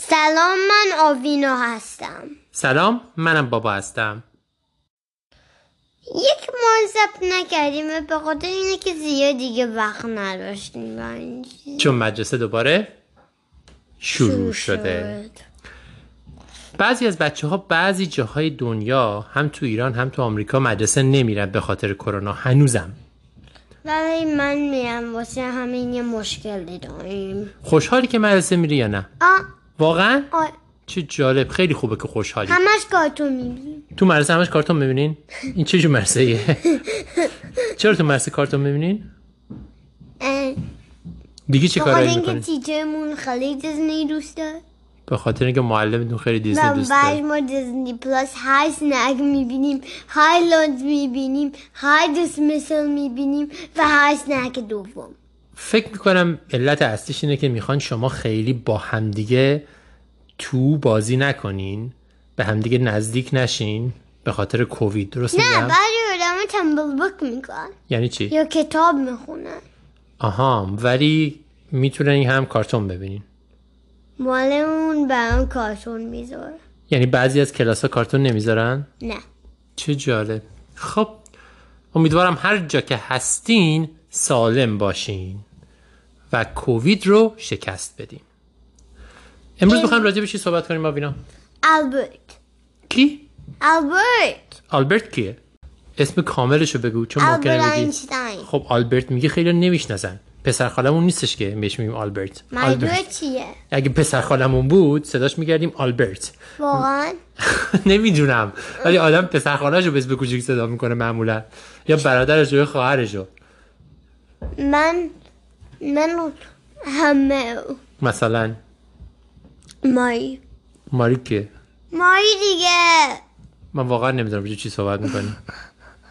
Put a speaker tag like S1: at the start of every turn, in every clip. S1: سلام من آوینا هستم
S2: سلام منم بابا هستم
S1: یک ماه ضبط نکردیم به خاطر اینه که زیاد دیگه وقت نداشتیم برای این چیز.
S2: چون مدرسه دوباره شروع شده
S1: شد.
S2: بعضی از بچه ها بعضی جاهای دنیا هم تو ایران هم تو آمریکا مدرسه نمیرن به خاطر کرونا هنوزم
S1: ولی من میرم واسه همین یه مشکلی داریم
S2: خوشحالی که مدرسه میری یا نه
S1: آ
S2: واقعا
S1: آ
S2: چه جالب خیلی خوبه که خوشحالی
S1: همش کارتون میبینیم
S2: تو مدرسه همش کارتون میبینین این چه جور مدرسه‌ایه چرا تو مدرسه کارتون میبینین دیگه چه
S1: بخاطر
S2: کارایی
S1: اینکه
S2: میکنین
S1: تیچرمون خیلی دیزنی دوست داره
S2: به خاطر اینکه معلمتون خیلی دیزنی
S1: و
S2: دوست
S1: بعد
S2: داره
S1: ما دیزنی پلاس هر سنگ میبینیم هر لانت میبینیم هر دیسمیسل میبینیم و هر سنگ دوم
S2: فکر میکنم علت اصلیش اینه که میخوان شما خیلی با همدیگه تو بازی نکنین به همدیگه نزدیک نشین به خاطر کووید درست
S1: نه
S2: میگم
S1: بعد آدم تنبل بک میکنن
S2: یعنی چی
S1: یا کتاب میخونن
S2: آها ولی میتونین هم کارتون ببینین
S1: معلممون برام کارتون میذاره
S2: یعنی بعضی از کلاس ها کارتون نمیذارن
S1: نه
S2: چه جالب خب امیدوارم هر جا که هستین سالم باشین و کووید رو شکست بدین امروز میخوایم راجع به چی صحبت کنیم آبینا
S1: البرت
S2: کی
S1: البرت
S2: آلبرت کیه اسم کاملش رو بگو چون
S1: البرت
S2: ممکنه بگی
S1: اینشتین
S2: خب آلبرت میگه خیلی نمیشناسن پسر خالمون نیستش که بهش میگیم آلبرت
S1: منظور
S2: آلبرت
S1: چیه
S2: اگه پسر خالمون بود صداش میگردیم آلبرت
S1: واقعا
S2: نمیدونم ولی آدم پسر خالش رو به اسم کوچیک صدا میکنه معمولا یا برادرش رو یا خواهرش رو
S1: من من همه
S2: مثلا
S1: ماری
S2: ماری که
S1: ماری دیگه
S2: من واقعا نمیدونم راجع به چی صحبت میکنی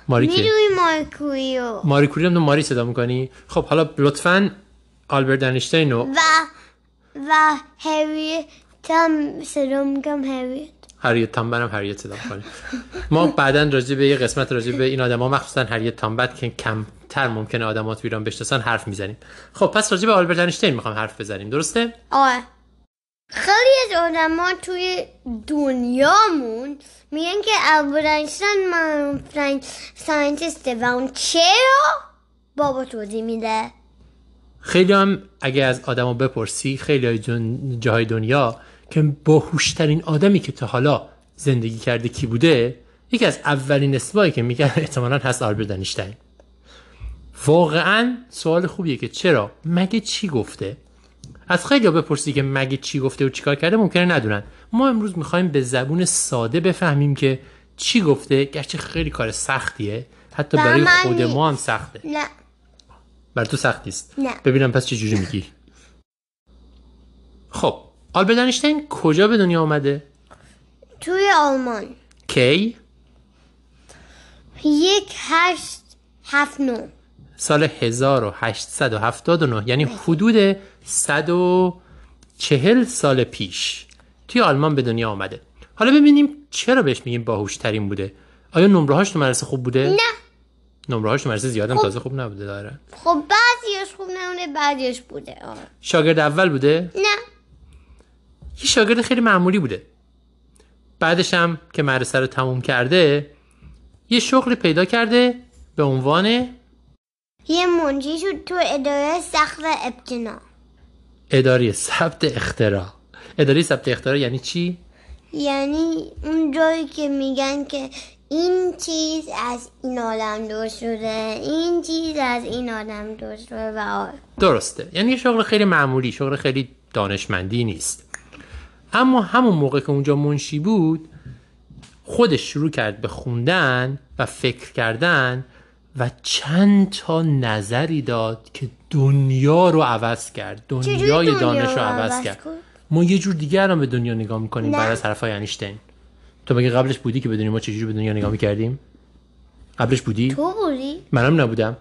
S2: ماری که
S1: میدونی مارکویو
S2: ماری کوری هم تو ماری صدا میکنی خب حالا لطفا آلبرت انشتین و
S1: و و هریت هم صدا میکنم هریت
S2: هریت تامبن هم هریت صدا میکنه ما بعدا راجع به یه قسمت راجع به این آدما مخصوصا هریت تامبن که کمتر ممکنه آدمات تو ایران بشناسن حرف میزنیم خب پس راجع به آلبرت انشتین میخوام حرف بزنیم درسته
S1: آره خیلی از آدما توی دنیامون میگن که البرت اینشتین من فرنگ ساینتیسته و اون چرا بابا توضیح میده
S2: خیلی هم اگه از آدما بپرسی خیلی های جن- جاهای دنیا که باهوشترین آدمی که تا حالا زندگی کرده کی بوده یکی از اولین اسمایی که میگن احتمالا هست آلبرت انشتین واقعا سوال خوبیه که چرا مگه چی گفته از خیلی بپرسی که مگه چی گفته و چیکار کرده ممکنه ندونن ما امروز میخوایم به زبون ساده بفهمیم که چی گفته گرچه خیلی کار سختیه حتی
S1: برای
S2: برای
S1: من
S2: خود
S1: نیست.
S2: ما هم سخته
S1: نه
S2: بر بله، تو سخت نیست
S1: نه.
S2: ببینم پس چه جوری میگی خب آلبرت اینشتین کجا به دنیا آمده
S1: توی آلمان
S2: کی
S1: یک هشت هفت نو
S2: سال 1879 یعنی
S1: بله.
S2: حدود 140 سال پیش توی آلمان به دنیا آمده حالا ببینیم چرا بهش میگیم باهوش ترین بوده آیا نمره هاش تو مدرسه خوب بوده
S1: نه
S2: نمره هاش تو مدرسه زیادم تازه خوب نبوده داره
S1: خب بعضیش خوب نمونه بعضیش بوده آره.
S2: شاگرد اول بوده
S1: نه
S2: یه شاگرد خیلی معمولی بوده بعدش هم که مدرسه رو تموم کرده یه شغلی پیدا کرده به عنوان
S1: یه منجی شد تو اداره سخت و ابتنا
S2: اداری ثبت اختراع اداری ثبت اختراع یعنی چی؟
S1: یعنی اون جایی که میگن که این چیز از این آدم درست شده این چیز از این آدم درست شده و آ-
S2: درسته یعنی یه شغل خیلی معمولی شغل خیلی دانشمندی نیست اما همون موقع که اونجا منشی بود خودش شروع کرد به خوندن و فکر کردن و چند تا نظری داد که دنیا رو عوض کرد
S1: چجوری
S2: دنیای
S1: دنیا
S2: دانش رو
S1: رو
S2: عوض
S1: عوض
S2: کرد
S1: کرد؟
S2: ما یه جور دیگه الان به دنیا نگاه میکنیم
S1: نه.
S2: بعد از حرفای انیشتین تو مگه قبلش بودی که بدونی ما چجوری به دنیا نگاه میکردیم قبلش بودی
S1: تو بودی
S2: منم نبودم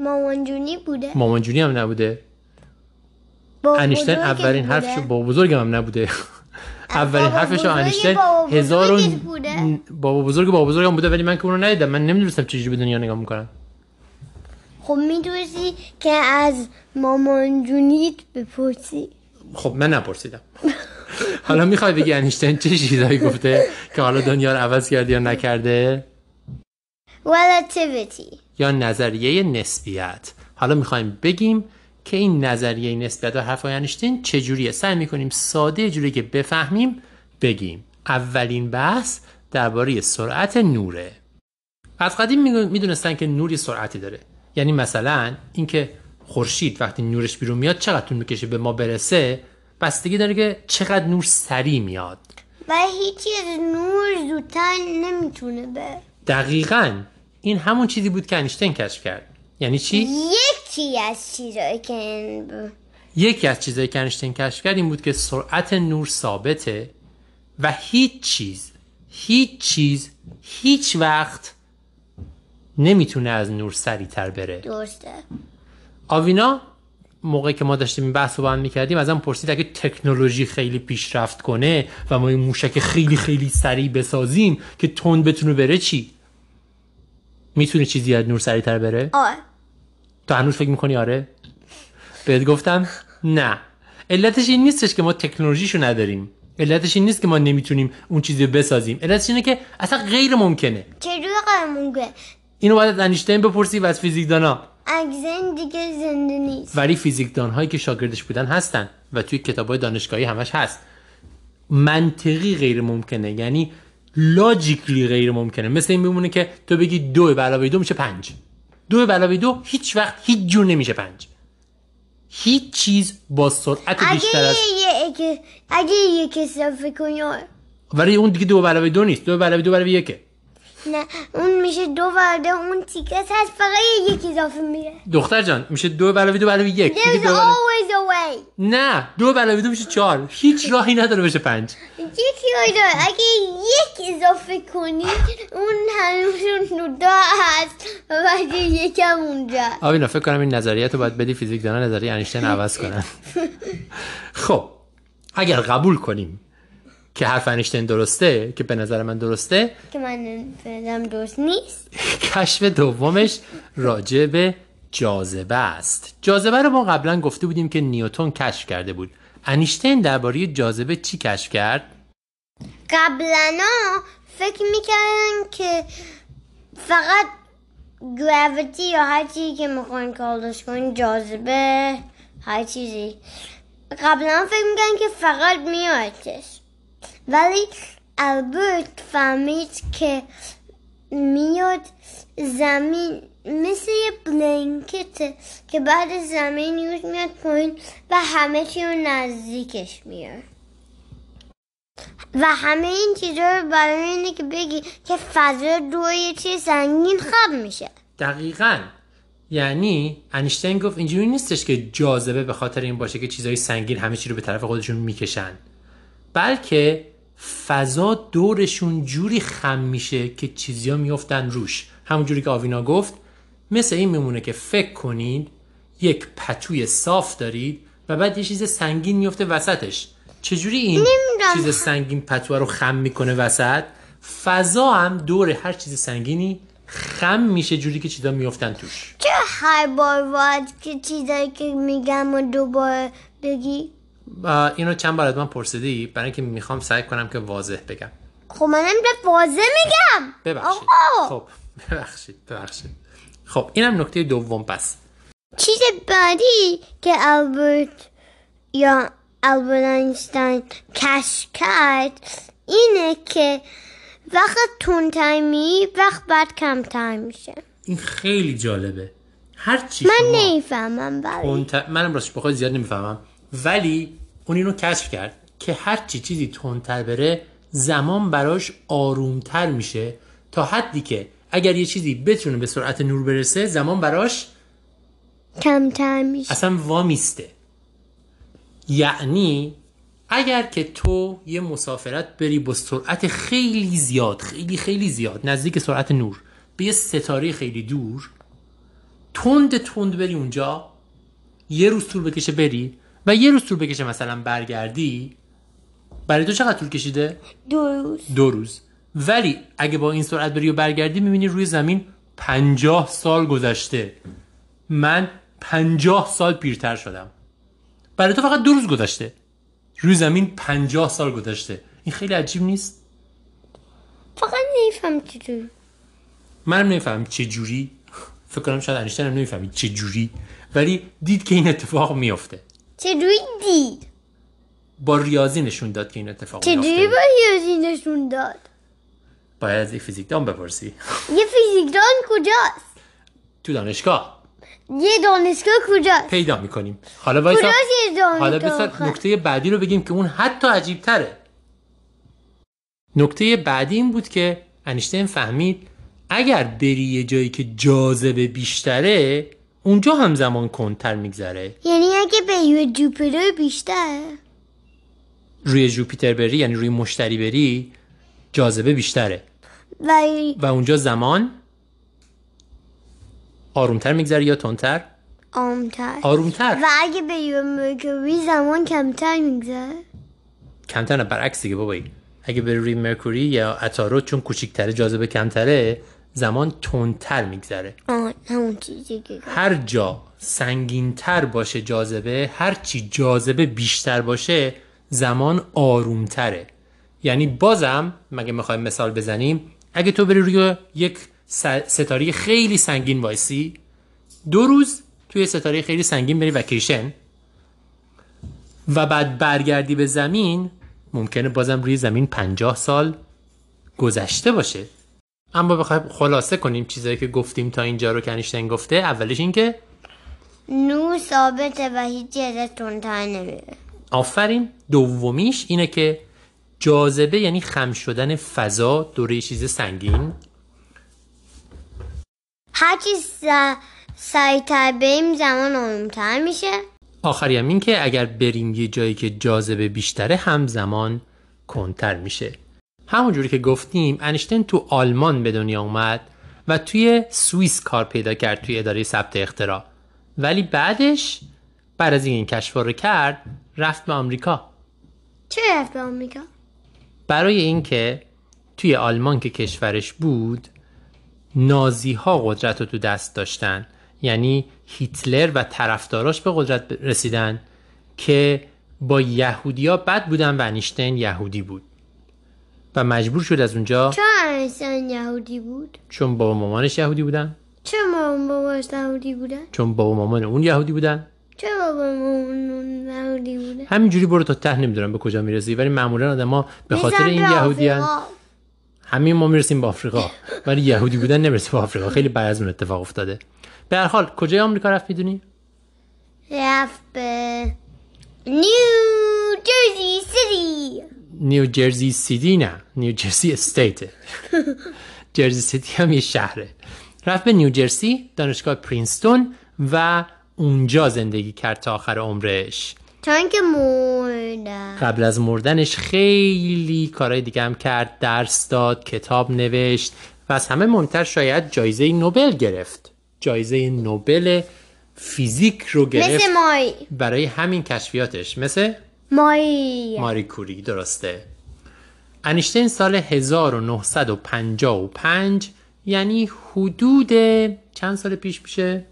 S1: مامان جونی بوده
S2: مامان جونی هم نبوده
S1: با
S2: انیشتین
S1: بزرگت
S2: اولین
S1: بوده.
S2: حرفش با بزرگم هم نبوده اولین
S1: بابا
S2: حرفش رو
S1: بزرگ
S2: انیشتین
S1: بابا بزرگت
S2: هزار و
S1: بوده؟
S2: بابا بزرگ بابا بزرگم بوده ولی من که اونو ندیدم من نمیدونستم چجوری به دنیا نگاه میکنم
S1: خب میدونستی که از مامان جونیت بپرسی
S2: خب من نپرسیدم حالا میخوای بگی انیشتین چه چیزایی گفته که حالا دنیا رو عوض کرده یا نکرده
S1: Relativity.
S2: یا نظریه نسبیت حالا میخوایم بگیم که این نظریه نسبیت و حرف انیشتین چجوریه سعی میکنیم ساده جوری که بفهمیم بگیم اولین بحث درباره سرعت نوره از قدیم میدونستن که نوری سرعتی داره یعنی مثلا اینکه خورشید وقتی نورش بیرون میاد چقدر طول میکشه به ما برسه بستگی داره که چقدر نور سریع میاد
S1: و هیچی از نور زودتر نمیتونه به
S2: دقیقا این همون چیزی بود که انیشتین کشف کرد یعنی چی
S1: یکی از چیزایی که این ب-
S2: یکی از چیزایی که انیشتین کشف کرد این بود که سرعت نور ثابته و هیچ چیز هیچ چیز هیچ وقت نمیتونه از نور سریعتر بره
S1: درسته
S2: آوینا موقعی که ما داشتیم این بحث رو با هم میکردیم ازم پرسید اگه تکنولوژی خیلی پیشرفت کنه و ما این موشک خیلی خیلی سریع بسازیم که تند بتونه بره چی میتونه چیزی از نور سریعتر بره
S1: آه
S2: تو هنوز فکر میکنی آره بهت گفتم نه علتش این نیستش که ما تکنولوژیشو نداریم علتش این نیست که ما نمیتونیم اون چیزی رو بسازیم علتش اینه که اصلا غیر ممکنه
S1: چجور قرمونگه
S2: اینو باید از انیشتین بپرسی و از فیزیکدانا
S1: اگزن دیگه زنده نیست
S2: ولی فیزیکدان هایی که شاگردش بودن هستن و توی کتاب های دانشگاهی همش هست منطقی غیر ممکنه یعنی لاجیکلی غیر ممکنه مثل این میمونه که تو بگی دو به علاوه دو میشه پنج دو به علاوه دو هیچ وقت هیچ جور نمیشه پنج هیچ چیز با سرعت بیشتر
S1: اگه
S2: از
S1: یه اگه یه کسی رو فکر کنی آه.
S2: ولی اون دیگه دو به علاوه دو نیست دو به علاوه دو برای یکه
S1: نه اون میشه دو ورده اون تیکس هست فقط یه یک اضافه میره
S2: دختر جان میشه دو به علاوه دو برای یک دیگه
S1: There's
S2: دو به علاوه-
S1: always a way
S2: نه دو به علاوه دو میشه چهار هیچ راهی نداره بشه پنج
S1: یکی رو دار اگه یک اضافه کنی اون هنوز اون دو هست و بعد یکم اونجا
S2: آبینا فکر کنم این نظریه رو باید بدی فیزیک دانان نظریه انیشتین عوض کنن خب اگر قبول کنیم که حرف انیشتین درسته که به نظر من درسته
S1: که من فعلا درست نیست
S2: کشف دومش راجع به جاذبه است جاذبه رو ما قبلا گفته بودیم که نیوتن کشف کرده بود انیشتین درباره جاذبه چی کشف کرد
S1: قبلا فکر میکردن که فقط گراویتی یا هر چیزی که میخوان کالش کن جاذبه هر چیزی قبلا فکر میکردن که فقط میادش ولی البرت فهمید که میاد زمین مثل یه بلنکته که بعد از زمین یوز میاد پایین و همه چی رو نزدیکش میاد و همه این چیزا رو برای اینه که بگی که فضا دور یه چیز سنگین خب میشه
S2: دقیقا یعنی انیشتین گفت اینجوری نیستش که جاذبه به خاطر این باشه که چیزهای سنگین همه چی رو به طرف خودشون میکشن بلکه فضا دورشون جوری خم میشه که چیزیا میفتن روش همون جوری که آوینا گفت مثل این میمونه که فکر کنید یک پتوی صاف دارید و بعد یه چیز سنگین میفته وسطش چجوری این
S1: نمی‌دونم.
S2: چیز سنگین پتوه رو خم میکنه وسط فضا هم دور هر چیز سنگینی خم میشه جوری که چیزا میفتن توش
S1: چرا هر بار باید که چیزایی که میگم و دوباره بگی
S2: و اینو چند بار از من پرسیدی برای اینکه میخوام سعی کنم که واضح بگم
S1: خب منم دفت واضح میگم
S2: ببخشید
S1: آقا
S2: خب ببخشید ببخشید خب اینم نکته دوم پس
S1: چیز بعدی که البرت یا البرت اینشتین کشف کرد اینه که وقت تندتر میری وقت بعد کمتر میشه
S2: این خیلی جالبه هر چی
S1: من
S2: شما
S1: نمیفهمم ولی
S2: اون ت... منم راستش بخوای زیاد نمیفهمم ولی اون اینو کشف کرد که هر چی چیزی تندتر بره زمان براش آرومتر میشه تا حدی که اگر یه چیزی بتونه به سرعت نور برسه زمان براش
S1: کمتر میشه
S2: اصلا وامیسته یعنی اگر که تو یه مسافرت بری با سرعت خیلی زیاد خیلی خیلی زیاد نزدیک سرعت نور به یه ستاره خیلی دور تند تند بری اونجا یه روز طول بکشه بری و یه روز طول بکشه مثلا برگردی برای تو چقدر طول کشیده؟
S1: دو روز
S2: دو روز ولی اگه با این سرعت بری و برگردی میبینی روی زمین پنجاه سال گذشته من پنجاه سال پیرتر شدم برای تو فقط دو روز گذشته روی زمین 50 سال گذشته این خیلی عجیب نیست
S1: فقط نیفهم چطور
S2: منم نمیفهمم چه جوری فکر کنم شاید انیشتین هم نمیفهمید چه جوری ولی دید که این اتفاق میفته
S1: چجوری دید
S2: با ریاضی نشون داد که این اتفاق
S1: چجوری
S2: میفته
S1: با ریاضی نشون داد
S2: باید از یک فیزیکدان بپرسی
S1: یه فیزیکدان کجاست
S2: تو دانشگاه
S1: یه دانشگاه کجاست
S2: پیدا میکنیم حالا وایسا
S1: کجاست یه
S2: حالا
S1: دانشگاه
S2: بسر
S1: آخه؟
S2: نکته بعدی رو بگیم که اون حتی عجیب تره نکته بعدی این بود که انیشتین فهمید اگر بری یه جایی که جاذبه بیشتره اونجا هم زمان کندتر میگذره
S1: یعنی اگه به یه جوپیتر بیشتر
S2: روی جوپیتر بری یعنی روی مشتری بری جاذبه بیشتره
S1: و
S2: و اونجا زمان آرومتر میگذره یا تندتر
S1: آمتر
S2: آرومتر
S1: و اگه به یه مرکوری زمان کمتر میگذره
S2: کمتر نه برعکس دیگه بابایی اگه بری روی مرکوری یا اتارو چون کوچیکتره جاذبه کمتره زمان تندتر میگذره
S1: آه همون چیزی که گفت.
S2: هر جا سنگینتر باشه جاذبه هر چی جاذبه بیشتر باشه زمان آرومتره یعنی بازم مگه میخوایم مثال بزنیم اگه تو بری روی یک س- ستاره خیلی سنگین وایسی دو روز توی ستاره خیلی سنگین بری وکیشن و بعد برگردی به زمین ممکنه بازم روی زمین 50 سال گذشته باشه اما بخوایم خلاصه کنیم چیزایی که گفتیم تا اینجا رو که انیشتین گفته اولش این که
S1: نور ثابته و هیچی ازش تندتر نمیره
S2: آفرین دومیش اینه که جاذبه یعنی خم شدن فضا دوره یه چیز سنگین
S1: هرچی س- سریعتر بریم زمان آرومتر میشه
S2: آخری هم این که اگر بریم یه جایی که جاذبه بیشتره هم زمان کنتر میشه همونجوری که گفتیم انیشتین تو آلمان به دنیا اومد و توی سوئیس کار پیدا کرد توی اداره ثبت اختراع ولی بعدش بعد از این کشف رو کرد رفت به آمریکا
S1: چه رفت به آمریکا
S2: برای اینکه توی آلمان که کشورش بود نازی ها قدرت رو تو دست داشتن یعنی هیتلر و طرفداراش به قدرت رسیدن که با یهودیا بد بودن و انیشتین یهودی بود و مجبور شد از اونجا
S1: چرا انسان یهودی بود
S2: چون بابا مامانش یهودی بودن
S1: چرا مامان باباش یهودی بودن
S2: چون بابا مامان اون یهودی بودن
S1: چرا بابا مامان یهودی بودن
S2: همینجوری برو تا ته نمیدونم به کجا میرسی ولی معمولا آدما به خاطر
S1: می‌رسن
S2: این
S1: به
S2: یهودیان
S1: آفریقا.
S2: همین ما میرسیم به آفریقا ولی یهودی بودن نمیرسه به آفریقا خیلی بعد از اون اتفاق افتاده به هر حال کجای آمریکا رفت میدونی
S1: رفت به نیو جرسی سیتی
S2: نیو جرسی سیدی نه نیو جرسی استیت جرسی سیتی هم یه شهره رفت به نیو جرسی دانشگاه پرینستون و اونجا زندگی کرد تا آخر عمرش
S1: چون که مردم
S2: قبل از مردنش خیلی کارهای دیگه هم کرد درس داد کتاب نوشت و از همه مهمتر شاید جایزه نوبل گرفت جایزه نوبل فیزیک رو گرفت
S1: مثل ماری
S2: برای همین کشفیاتش مثل
S1: ماری
S2: ماری کوری درسته انیشتین سال 1955 یعنی حدود چند سال پیش میشه؟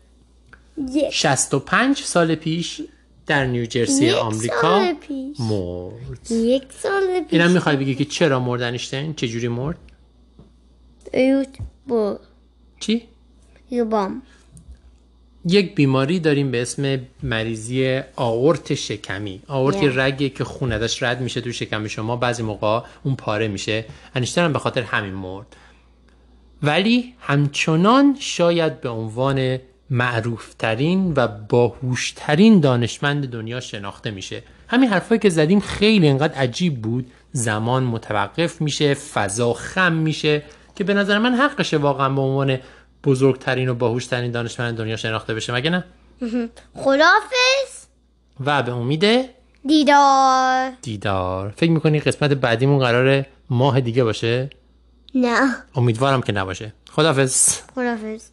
S1: یک.
S2: 65 سال پیش در نیوجرسی
S1: یک
S2: آمریکا
S1: سال پیش.
S2: مرد
S1: یک سال پیش
S2: اینم میخوای بگی که چرا مرد انیشتین چجوری مرد
S1: ایوت با
S2: چی
S1: یوبام
S2: یک بیماری داریم به اسم مریضی آورت شکمی آورت یه
S1: Yeah.
S2: رگه که خون ازش رد میشه تو شکم شما بعضی موقع اون پاره میشه انیشتین هم به خاطر همین مرد ولی همچنان شاید به عنوان معروفترین و باهوشترین دانشمند دنیا شناخته میشه همین حرفایی که زدیم خیلی انقدر عجیب بود زمان متوقف میشه فضا خم میشه که به نظر من حقشه واقعا به عنوان بزرگترین و باهوشترین دانشمند دنیا شناخته بشه مگه نه
S1: خدافز
S2: و به امید
S1: دیدار
S2: دیدار فکر میکنی قسمت بعدیمون قراره ماه دیگه باشه
S1: نه
S2: امیدوارم که نباشه خدافظ
S1: خدافز